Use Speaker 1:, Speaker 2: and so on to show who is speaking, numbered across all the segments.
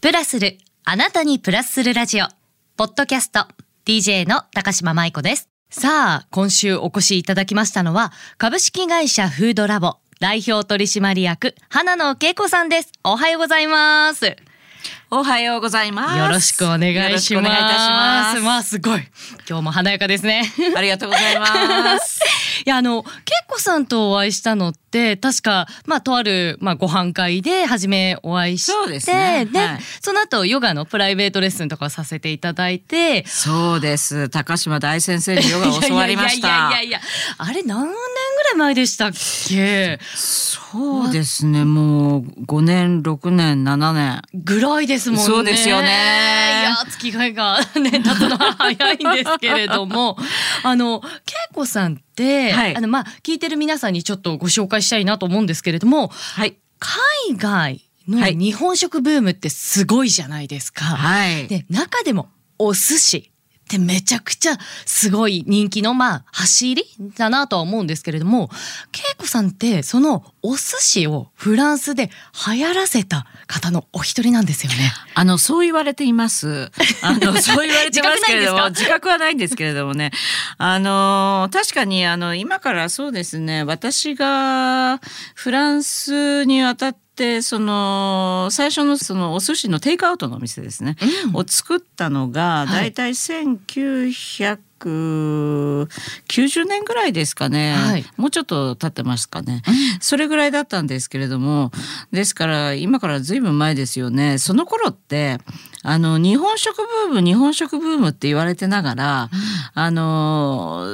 Speaker 1: プラスる、あなたにプラスするラジオ、ポッドキャスト、DJ の高島舞子です。さあ、今週お越しいただきましたのは、株式会社フードラボ、代表取締役、花野恵子さんです。おはようございます。よ
Speaker 2: おはようございます。
Speaker 1: ろしくお願いします。
Speaker 2: よろしくお願いいたします。
Speaker 1: まあ、すごい。今日も華やかですね。
Speaker 2: ありがとうござい ます。
Speaker 1: いやあの恵子さんとお会いしたのって確かまあとあるまあご飯会で初めお会いして
Speaker 2: そうですねはい
Speaker 1: その後ヨガのプライベートレッスンとかをさせていただいて
Speaker 2: そうです。高島大先生にヨガを教わりま し
Speaker 1: いやい
Speaker 2: た
Speaker 1: や。いやいやあれ何年ぐらい前でしたっけ
Speaker 2: そうですね。もう5年、6年、7年。
Speaker 1: ぐらいですもんね。
Speaker 2: そうですよね
Speaker 1: いや月がいがね経つのは早いんですけれども あの恵子さんって、
Speaker 2: はい
Speaker 1: あのまあ聞いてる皆さんにちょっとご紹介したいなと思うんですけれども
Speaker 2: はい。
Speaker 1: 海外の
Speaker 2: はい
Speaker 1: 日本食ブームってすごいじゃないですか。
Speaker 2: はい。
Speaker 1: で中でもお寿司ってめちゃくちゃすごい人気のまあ走りだなとは思うんですけれども恵子さんってそのお寿司をフランスで流行らせた方のお一人なんですよね。
Speaker 2: あの、そう言われてい ます。あの、そう言われてますけれども、
Speaker 1: 自
Speaker 2: 自覚はないんですけれどもね。あの、確かに、あの、今からそうですね、私がフランスに渡って、その、最初のそのお寿司のテイクアウトのお店ですね、
Speaker 1: うん
Speaker 2: を作ったのが、
Speaker 1: は
Speaker 2: だ
Speaker 1: い
Speaker 2: いたい1990年ぐらいですかね、
Speaker 1: はい
Speaker 2: もうちょっと経ってますかね、それぐらいだったんですけれどもですから今からずいぶん前ですよねその頃ってあの日本食ブーム日本食ブームって言われてながら、あの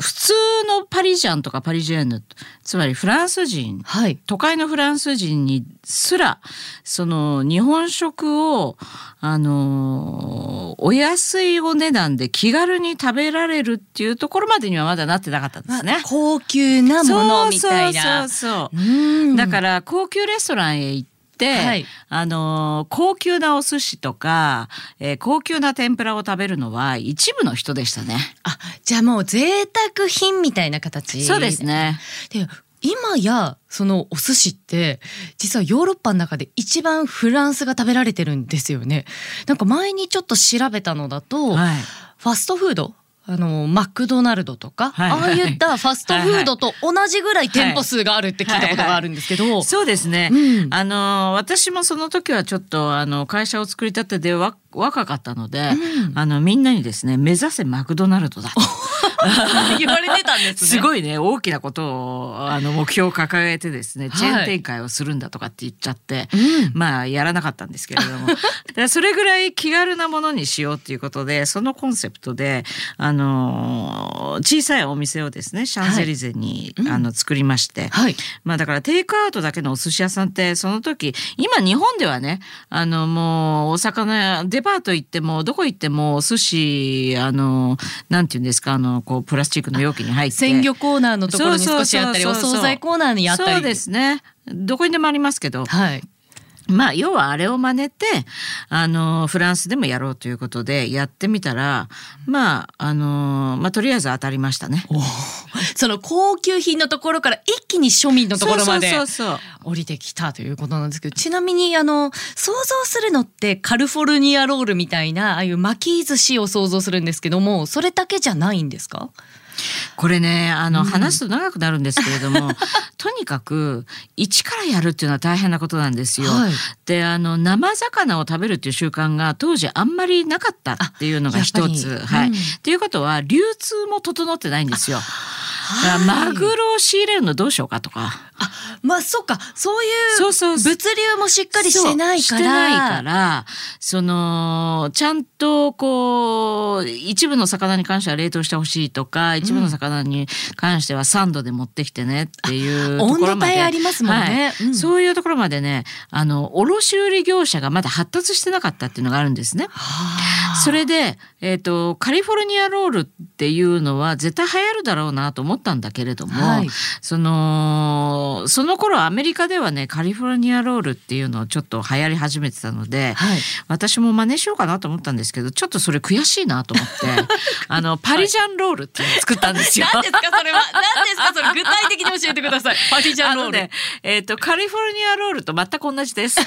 Speaker 2: 普通のパリジャンとかパリジェーヌつまりフランス人
Speaker 1: はい、
Speaker 2: 都会のフランス人にすらその日本食をあのお安いお値段で気軽に食べられるっていうところまでにはまだなってなかったんですね。
Speaker 1: 高級なものみたい
Speaker 2: そ
Speaker 1: な
Speaker 2: う。そうそう
Speaker 1: うん
Speaker 2: だから高級レストランへ行って、
Speaker 1: はい
Speaker 2: あのー高級なお寿司とか、えー高級な天ぷらを食べるのは一部の人でしたね。
Speaker 1: あじゃあもう贅沢品みたいな形
Speaker 2: そうですね。
Speaker 1: で今やそのお寿司って実はヨーロッパの中で一番フランスが食べられてるんですよね。なんか前にちょっと調べたのだと、
Speaker 2: はい。
Speaker 1: ファストフードあのマクドナルドとか、
Speaker 2: はいはい
Speaker 1: ああいったファストフードと同じぐらい店舗数があるって聞いたことがあるんですけど、
Speaker 2: そうですね。
Speaker 1: うん
Speaker 2: あのー私もその時はちょっとあの会社を作りたてでわ若かったので、
Speaker 1: うん
Speaker 2: あのみんなにですね目指せマクドナルドだ。
Speaker 1: 言われてたんですね。
Speaker 2: すごいね大きなことをあの目標を掲げてですね
Speaker 1: はい
Speaker 2: チェーン展開をするんだとかって言っちゃって、
Speaker 1: うん
Speaker 2: まあやらなかったんですけれ どもだからそれぐらい気軽なものにしようっていうことでそのコンセプトであの小さいお店をですねシャンゼリゼに、
Speaker 1: はいうん
Speaker 2: あの作りまして、
Speaker 1: はい、
Speaker 2: まあだからテイクアウトだけのお寿司屋さんってその時今日本ではねあのもうお魚屋デパート行ってもどこ行ってもお寿司あのなんていうんですかあのこうプラスチックの容器に入って
Speaker 1: 鮮魚コーナーのところに
Speaker 2: そうそ
Speaker 1: 少
Speaker 2: うそ
Speaker 1: し
Speaker 2: うそう
Speaker 1: あったりお惣菜コーナーにあったり
Speaker 2: そうですねどこにでもありますけど
Speaker 1: はい、
Speaker 2: まあ要はあれを真似てあのフランスでもやろうということでやってみたらまああのまあとりあえず当たりましたね。
Speaker 1: その高級品のところから一気に庶民のところまで
Speaker 2: そうそうそうそう
Speaker 1: 降りてきたということなんですけどちなみにあの想像するのってカルフォルニアロールみたいなああいう巻き寿司を想像するんですけどもそれだけじゃないんですか
Speaker 2: これねあの、話すと長くなるんですけれど もとにかく一からやるっていうのは大変なことなんですよ。
Speaker 1: はい
Speaker 2: であの生魚を食べるっていう習慣が当時あんまりなかったっていうのが一
Speaker 1: あやっ
Speaker 2: つ。
Speaker 1: ぱり
Speaker 2: はい
Speaker 1: うん
Speaker 2: っていうことは流通も整ってないんですよ。だからマグロを仕入れるのどうしようかとか。
Speaker 1: あまあそうかそうい
Speaker 2: そう
Speaker 1: う
Speaker 2: そう
Speaker 1: 物流もしっかりしてないから
Speaker 2: そうしてないからそのちゃんとこう一部の魚に関しては冷凍してほしいとか一部の魚に関してはサンドで持ってきてねっていうところま
Speaker 1: 温度
Speaker 2: で
Speaker 1: 帯ありますもんね
Speaker 2: はい
Speaker 1: うん
Speaker 2: そういうところまでねあの卸売業者がまだ発達してなかったっていうのがあるんですね。
Speaker 1: はあ
Speaker 2: それで、えー、とカリフォルニアロールってっていうのは絶対流行るだろうなと思ったんだけれども、
Speaker 1: はい
Speaker 2: そのその頃アメリカではねカリフォルニアロールっていうのをちょっと流行り始めてたので、
Speaker 1: はい
Speaker 2: 私も真似しようかなと思ったんですけどちょっとそれ悔しいなと思って あのパリジャンロールっていうのを作ったんですよ。
Speaker 1: 何ですかそれは何ですかそれ具体的に教えてくだ さいパリジャンロール、
Speaker 2: あのねえっ、とカリフォルニアロールと全く同 じです。
Speaker 1: あ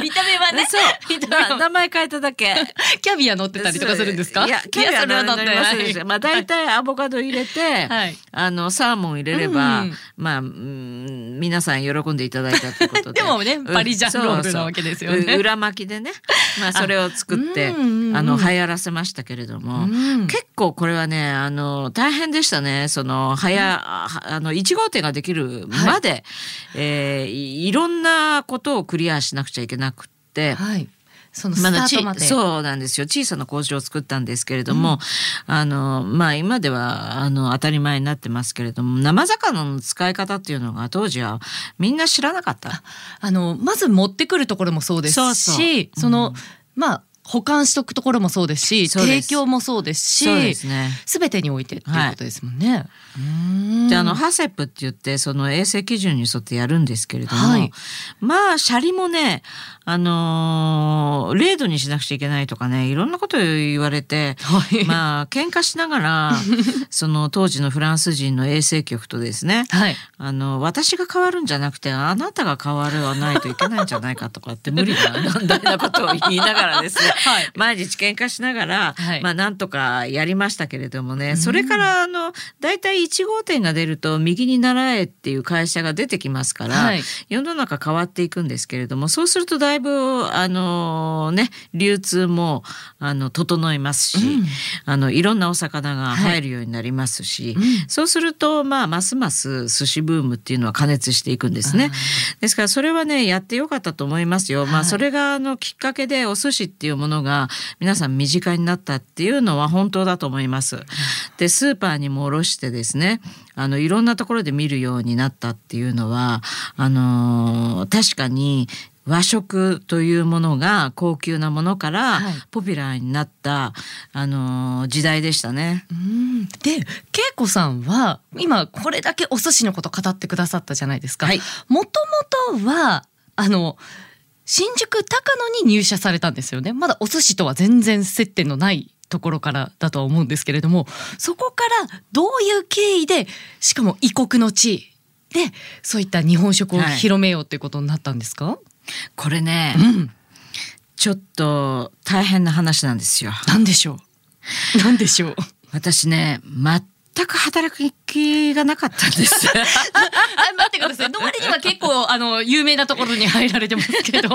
Speaker 1: 見た目はね
Speaker 2: そう
Speaker 1: 見た目
Speaker 2: まあ
Speaker 1: は
Speaker 2: 名前変えただけ。
Speaker 1: キャビア乗ってたりとかするんですか
Speaker 2: いや、キャビア
Speaker 1: いや
Speaker 2: な
Speaker 1: それは
Speaker 2: ん
Speaker 1: 乗っ
Speaker 2: で
Speaker 1: て
Speaker 2: も
Speaker 1: な
Speaker 2: そうですよ。
Speaker 1: い
Speaker 2: まあ大体アボカド入れて、
Speaker 1: はい
Speaker 2: あのサーモン入れれば、
Speaker 1: うん
Speaker 2: まあうん皆さん喜んでいただいたということで。
Speaker 1: でもね
Speaker 2: うん
Speaker 1: パリジャンロール
Speaker 2: そうそう
Speaker 1: なわけですよね
Speaker 2: う裏巻きでね、まあそれを作って
Speaker 1: うんうんうん
Speaker 2: あの流行らせましたけれども、
Speaker 1: うん
Speaker 2: 結構これはねあの大変でしたねその早、ああの1号店ができるまで、えーいいろんなことをクリアしなくちゃいけなくって、
Speaker 1: はいそのスタ
Speaker 2: まだ
Speaker 1: ー
Speaker 2: ち
Speaker 1: トまで、
Speaker 2: そうなんですよ小さな工場を作ったんですけれども、あのまあ今ではあの当たり前になってますけれども生魚の使い方っていうのが当時はみんな知らなかった。
Speaker 1: あのまず持ってくるところもそうですし
Speaker 2: そうそう
Speaker 1: その、まあ保管しとくところもそうですし
Speaker 2: そうです
Speaker 1: 提供もそうですし
Speaker 2: そうですね
Speaker 1: 全てにおいてっていうことですもんね。うーん
Speaker 2: であのハセップって言ってその衛生基準に沿ってやるんですけれども、
Speaker 1: はい
Speaker 2: まあシャリもねあのー、0度にしなくちゃいけないとかねいろんなこと言われ て、
Speaker 1: はい
Speaker 2: まあ喧嘩しながらその当時のフランス人の衛生局とですね、
Speaker 1: はい
Speaker 2: あの私が変わるんじゃなくてあなたが変わるはないといけないんじゃないかとかって無理な 難題なことを言いながらですね、
Speaker 1: はい
Speaker 2: 毎日喧嘩しながら、
Speaker 1: はい
Speaker 2: まあなんとかやりましたけれどもね、それからあの大体1号店が出ると右に習えっていう会社が出てきますから、
Speaker 1: はい
Speaker 2: 世の中変わっていくんですけれどもそうするとだいぶあのね流通もあの整いますし、あのいろんなお魚が入るようになりますし、そうするとまあますます寿司ブームっていうのは加熱していくんですね。ですからそれはねやってよかったと思いますよ。まあそれがあのきっかけでお寿司っていうものが皆さん身近になったっていうのは本当だと思います。でスーパーにも卸してですねあのいろんなところで見るようになったっていうのはあのー確かに和食というものが高級なものから
Speaker 1: はい
Speaker 2: ポピュラーになった、あのー時代でしたね。
Speaker 1: うんで恵子さんは今これだけお寿司のこと語ってくださったじゃないですか。
Speaker 2: はい
Speaker 1: もともとはあの新宿高野に入社されたんですよね。まだお寿司とは全然接点のないところからだとは思うんですけれども、そこからどういう経緯でしかも異国の地でそういった日本食を
Speaker 2: はい
Speaker 1: 広めようということになったんですか？
Speaker 2: これね、
Speaker 1: うん。
Speaker 2: ちょっと大変な話なんですよ。
Speaker 1: なんでしょ う。なんでしょう。
Speaker 2: 私ね全く働く気がなかったん です。
Speaker 1: あ待ってください。どうりには結構あの有名なところに入られてますけど。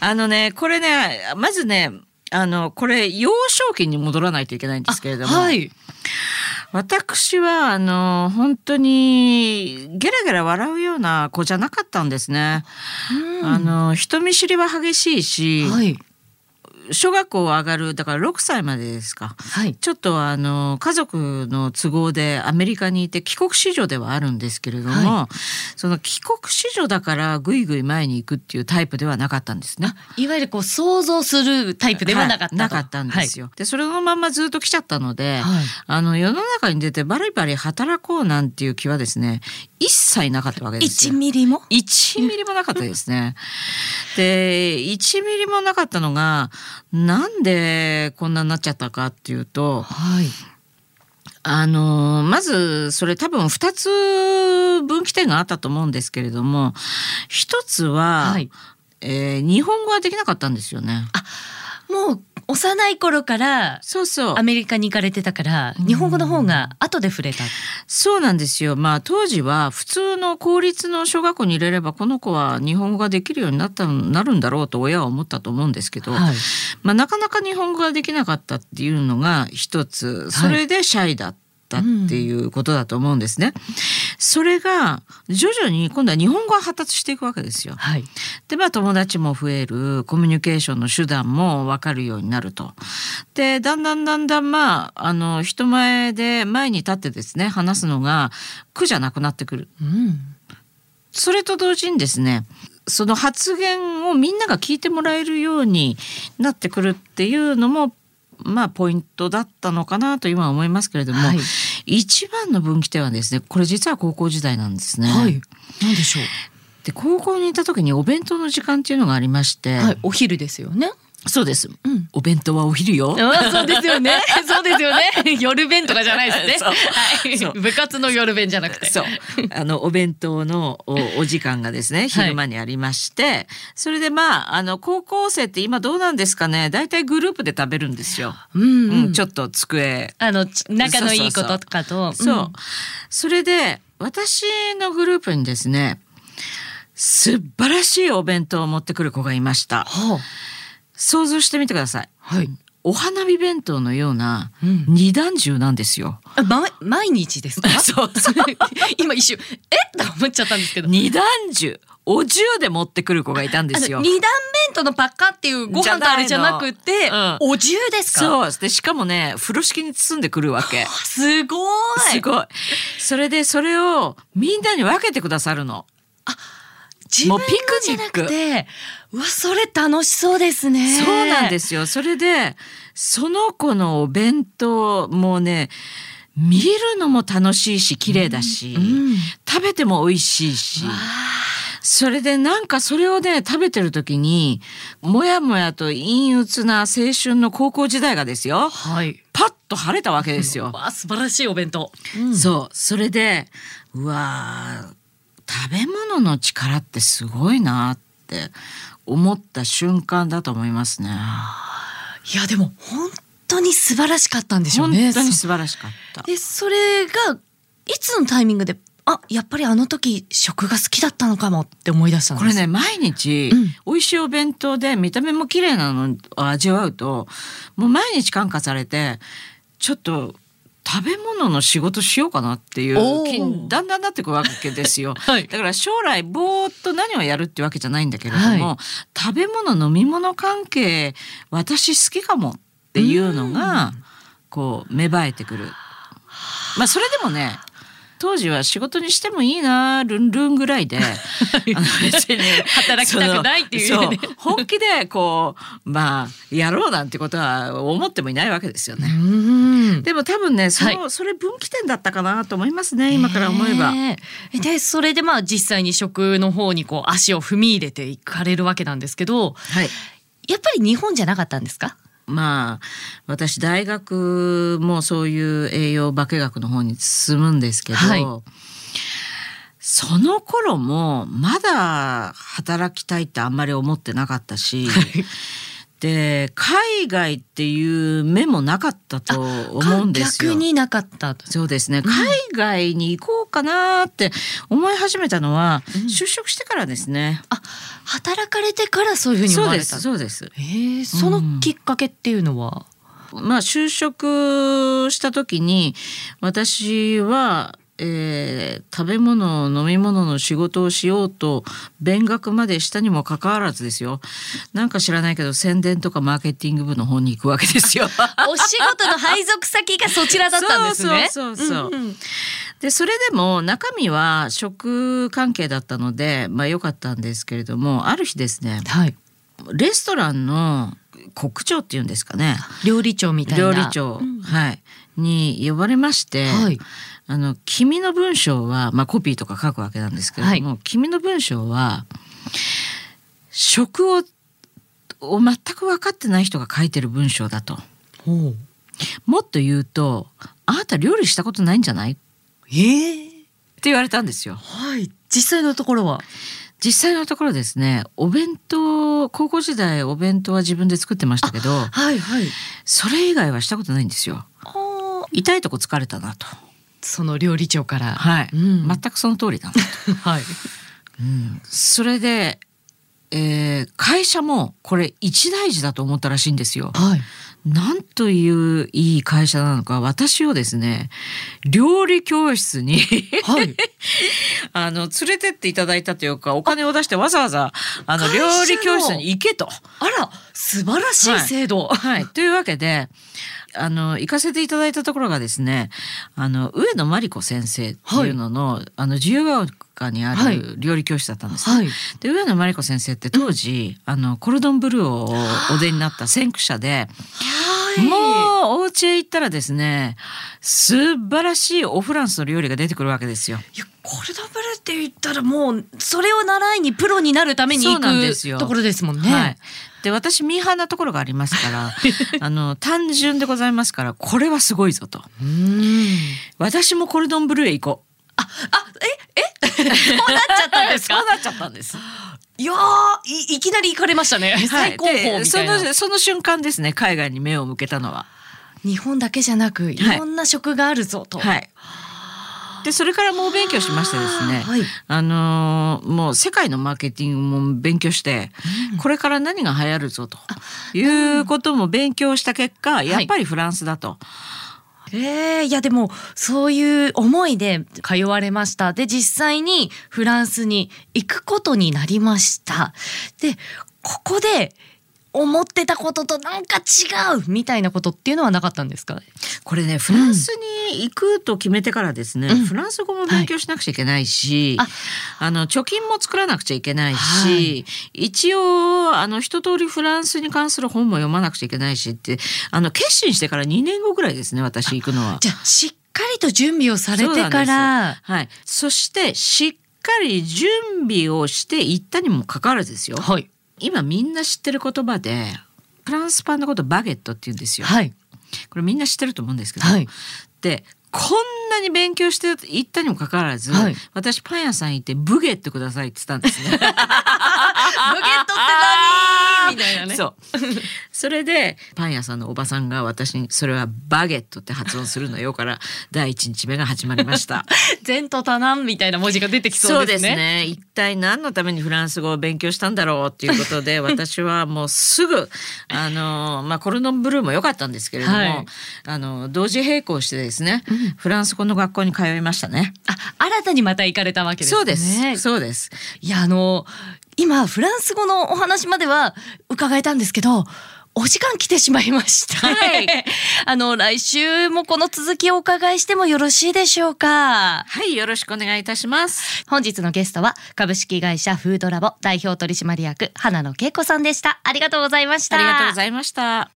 Speaker 2: あのねこれねまずねあのこれ幼少期に戻らないといけないんですけれども、
Speaker 1: はい。
Speaker 2: 私はあの本当にゲラゲラ笑うような子じゃなかったんですね。あの人見知りは激しいし、
Speaker 1: はい。
Speaker 2: 小学校上がるだから6歳までですか。
Speaker 1: はい。
Speaker 2: ちょっとあの家族の都合でアメリカにいて帰国子女ではあるんですけれども、
Speaker 1: は
Speaker 2: その帰国子女だからぐいぐい前に行くっていうタイプではなかったんですね。
Speaker 1: いわゆるこう想像するタイプではなかったと、
Speaker 2: はいなかったんです
Speaker 1: よ。
Speaker 2: よ。でそれのまんまずっと来ちゃったので、
Speaker 1: はい
Speaker 2: あの世の中に出てバリバリ働こうなんていう気はですね一切なかったわけで
Speaker 1: 一
Speaker 2: すよ。
Speaker 1: ミリも。
Speaker 2: 1ミリもなかったですね。で1ミリもなかったのがなんでこんなになっちゃったかっていうと
Speaker 1: はい。
Speaker 2: あのまずそれ多分2つ分岐点があったと思うんですけれども一つは、
Speaker 1: はい
Speaker 2: えー日本語はできなかったんですよね。
Speaker 1: もう幼い頃から
Speaker 2: そうそう
Speaker 1: アメリカに行かれてたから、日本語の方が後で触れた。
Speaker 2: そうなんですよ。まあ当時は普通の公立の小学校に入れればこの子は日本語ができるようになったなるんだろうと親は思ったと思うんですけど、
Speaker 1: はい
Speaker 2: まあなかなか日本語ができなかったっていうのが一つ、それでシャイだったっていうことだと思うんですね。それが徐々に今度は日本語が発達していくわけですよ。
Speaker 1: はい。
Speaker 2: でまあ友達も増えるコミュニケーションの手段も分かるようになると。でだんだんだんだんまああの人前で前に立ってですね話すのが苦じゃなくなってくる。
Speaker 1: うん。
Speaker 2: それと同時にですねその発言をみんなが聞いてもらえるようになってくるっていうのもまあ、ポイントだったのかなと今は思いますけれども、
Speaker 1: はい
Speaker 2: 一番の分岐点はですねこれ実は高校時代なんですね。
Speaker 1: はい。なんでしょ
Speaker 2: で高校にいた時にお弁当の時間っていうのがありまして、
Speaker 1: う。はい。お昼ですよね。
Speaker 2: そうです、
Speaker 1: ん
Speaker 2: お弁当はお昼よ。
Speaker 1: あそうですよ ね。そうですよね。夜弁とかじゃないですね。
Speaker 2: そうそ
Speaker 1: は
Speaker 2: う
Speaker 1: い。部活の夜弁じゃなくて。
Speaker 2: そうあのお弁当のおお時間がですね昼間にありまして、それでまああの高校生って今どうなんですかね大体グループで食べるんですよ、
Speaker 1: うん、
Speaker 2: うん
Speaker 1: うん。
Speaker 2: ちょっと机
Speaker 1: あの、ち仲のいいこととかと。
Speaker 2: そう、
Speaker 1: ん
Speaker 2: それで私のグループにですね素晴らしいお弁当を持ってくる子がいました
Speaker 1: は
Speaker 2: 想像してみてください
Speaker 1: あ。はい。
Speaker 2: お花見弁当のような
Speaker 1: うん
Speaker 2: 二段重なんですよ、
Speaker 1: あま、毎日ですか
Speaker 2: そう
Speaker 1: 今一瞬、えっと思っちゃったんですけど。
Speaker 2: 二段重お重で持ってくる子がいたんです
Speaker 1: あ
Speaker 2: よ
Speaker 1: の二段弁当のパッカっていうご飯とあれじゃなくて、
Speaker 2: じゃないの
Speaker 1: お重ですかう。
Speaker 2: そうでしかもね風呂敷に包んでくるわ け
Speaker 1: すごい
Speaker 2: すごいそれでそれをみんなに分けてくださるの
Speaker 1: 自分の
Speaker 2: もうピク
Speaker 1: じゃ
Speaker 2: ニ
Speaker 1: な
Speaker 2: ッ
Speaker 1: く
Speaker 2: ク
Speaker 1: て、うわ、それ楽しそうですね。。
Speaker 2: そうなんですすよ。それで、その子のお弁当、もうね、見るのも楽しいし、綺麗だし、
Speaker 1: うん。
Speaker 2: 食べても美味しいし、それでなんかそれをね、食べてる時に、もやもやと陰鬱な青春の高校時代がですよ、
Speaker 1: はい。
Speaker 2: パッと晴れたわけですよ。
Speaker 1: わあ素晴らしいお弁当。
Speaker 2: そう。それで、うわー食べ物の力ってすごいなって思った瞬間だと思いますね。
Speaker 1: いやでも本当に素晴らしかったんでしょう
Speaker 2: 本
Speaker 1: ね。
Speaker 2: 当に素晴らしかった
Speaker 1: そ。でそれがいつのタイミングであやっぱりあの時食が好きだったのかもって思い出したんで
Speaker 2: こ
Speaker 1: す。
Speaker 2: れね毎日
Speaker 1: うん
Speaker 2: 美味しいお弁当で見た目も綺麗なのを味わうともう毎日感化されてちょっと食べ物の仕事しようかなってい
Speaker 1: おー
Speaker 2: う気にだんだんなってくるわけですよ、
Speaker 1: はい
Speaker 2: だから将来ぼーっと何をやるってわけじゃないんだけれども、
Speaker 1: は
Speaker 2: 食べ物飲み物関係私好きかもっていうのがこう芽生えてくる。まあそれでもね当時は仕事にしてもいいなルンルンぐら いであの別に
Speaker 1: 働きたくないっていう
Speaker 2: その
Speaker 1: ね
Speaker 2: そう本気でこうまあやろうなんてことは思ってもいないわけですよ
Speaker 1: う
Speaker 2: ね。
Speaker 1: ん。
Speaker 2: でも多分ねその、
Speaker 1: は
Speaker 2: それ分岐点だったかなと思いますね今から思えば。
Speaker 1: ねえ。でそれでまあ実際に食の方にこう足を踏み入れていかれるわけなんですけど
Speaker 2: はい
Speaker 1: やっぱり日本じゃなかったんですか
Speaker 2: まあ私大学もそういう栄養化学の方に進むんですけど、
Speaker 1: はい
Speaker 2: その頃もまだ働きたいってあんまり思ってなかったし、で海外っていう目もなかったと思うんですよ。
Speaker 1: 逆になかったと。
Speaker 2: そうですね海外に行こうかなって思い始めたのは、
Speaker 1: うん
Speaker 2: 就職してからですね。
Speaker 1: あ働かれてからそういうふうに思
Speaker 2: そう
Speaker 1: わ
Speaker 2: で
Speaker 1: れた
Speaker 2: すそうです。
Speaker 1: えー、そのきっかけっていうのは、
Speaker 2: まあ、就職した時に私は、えー食べ物飲み物の仕事をしようと勉学までしたにもかかわらずですよなんか知らないけど宣伝とかマーケティング部の方に行くわけです よ。
Speaker 1: お仕事の配属先がそちらだったんですね。
Speaker 2: そうそうそうそうん
Speaker 1: ん
Speaker 2: でそれでも中身は食関係だったのでまあ良かったんですけれどもある日ですね
Speaker 1: はい。
Speaker 2: レストランの国長っていうんですかね
Speaker 1: 料理長みたいな。
Speaker 2: 料理長、はい、に呼ばれまして。
Speaker 1: はい。
Speaker 2: あの君の文章は、まあ、コピーとか書くわけなんですけれども、君の文章は食をを全く分かってない人が書いてる文章だと
Speaker 1: ほう。
Speaker 2: もっと言うと「あなた料理したことないんじゃない?」って
Speaker 1: ええ
Speaker 2: 言われたんですよ。
Speaker 1: はい。実際のところは。
Speaker 2: 実際のところですねお弁当高校時代お弁当は自分で作ってましたけど
Speaker 1: はいはい。
Speaker 2: それ以外はしたことないんですよ。
Speaker 1: あー
Speaker 2: 痛いとこ疲れたなと。
Speaker 1: その料理長から。
Speaker 2: はい、
Speaker 1: うん
Speaker 2: 全くその通りだな
Speaker 1: はい。
Speaker 2: それで、えー会社もこれ一大事だと思ったらしいんですよ。
Speaker 1: はい。
Speaker 2: なんといういい会社なのか私をですね料理教室に
Speaker 1: はい。
Speaker 2: あの連れてっていただいたというかお金を出してわざわざあの
Speaker 1: 会社
Speaker 2: 料
Speaker 1: の
Speaker 2: 理教室に行けと。
Speaker 1: あら、素晴らしい制度。
Speaker 2: はい、というわけであの行かせていただいたところがですねあの上野真理子先生っていうのの,、あの自由が丘にあ
Speaker 1: はい
Speaker 2: る料理教室だったんですね
Speaker 1: はい。
Speaker 2: で上野真理子先生って当時、あのコルドンブルーをお出になった先駆者で
Speaker 1: はい
Speaker 2: もうお家へ行ったらですね素晴らしいおフランスの料理が出てくるわけですよ。
Speaker 1: いやコルドブルって言ったらもうそれを習いにプロになるために行
Speaker 2: そうなんです
Speaker 1: く
Speaker 2: よ
Speaker 1: ところですもんね。
Speaker 2: はい、で私ミーハーなところがありますか らあの単純でございますからこれはすごいぞと
Speaker 1: うーん
Speaker 2: 私もコルドンブルーへ行こう
Speaker 1: ああええ そうなっちゃったんですか
Speaker 2: そうなっちゃったんです、
Speaker 1: いやーいいきなり行かれましたね、最高峰みたい
Speaker 2: で
Speaker 1: な
Speaker 2: そのその瞬間ですね海外に目を向けたのは。
Speaker 1: 日本だけじゃなくいろんな食があるぞと。
Speaker 2: はい、でそれから猛勉強しましてですね、
Speaker 1: はい
Speaker 2: あのーもう世界のマーケティングも勉強して、これから何が流行るぞということも勉強した結果、やっぱりフランスだと。
Speaker 1: えー、いやでもそういう思いで通われましたで実際にフランスに行くことになりましたでここで思ってたこととなんか違うみたいなことっていうのはなかったんですか
Speaker 2: これねフランスに行くと決めてからですね、
Speaker 1: うん
Speaker 2: フランス語も勉強しなくちゃいけないし、
Speaker 1: はい
Speaker 2: あの貯金も作らなくちゃいけないし、
Speaker 1: はい
Speaker 2: 一応あの一通りフランスに関する本も読まなくちゃいけないしってあの決心してから2年後ぐらいですね私行くのは。
Speaker 1: じゃあしっかりと準備をされてから
Speaker 2: はい、そしてしっかり準備をしていったにもかかわらずですよ
Speaker 1: はい
Speaker 2: 今みんな知ってる言葉でフランスパンのことバゲットって言うんですよ
Speaker 1: はい
Speaker 2: これみんな知ってると思うんですけど、
Speaker 1: はい
Speaker 2: でこんなに勉強していったにもかかわらず、
Speaker 1: はい
Speaker 2: 私パン屋さん行ってブゲってくださいって言ったんです ね。
Speaker 1: 無限とって何みたいなね
Speaker 2: そうそれでパン屋さんのおばさんが私にそれはバゲットって発音するのよから第一日目が始まりました。
Speaker 1: 前途多難みたいな文字が出てきそうですね
Speaker 2: そうですね一体何のためにフランス語を勉強したんだろうっていうことで 私はもうすぐあの、まあ、コルノンブルーも良かったんですけれども、
Speaker 1: はい
Speaker 2: あの同時並行してですね、フランス語の学校に通いましたね。
Speaker 1: あ新たにまた行かれたわけですね
Speaker 2: そうですそうです
Speaker 1: いやあの今フランス語のお話までは伺えたんですけどお時間来てしまいました、
Speaker 2: はい
Speaker 1: あの来週もこの続きをお伺いしてもよろしいでしょうか
Speaker 2: はいよろしくお願いいたします
Speaker 1: 本日のゲストは株式会社フードラボ代表取締役花野恵子さんでしたありがとうございました
Speaker 2: ありがとうございました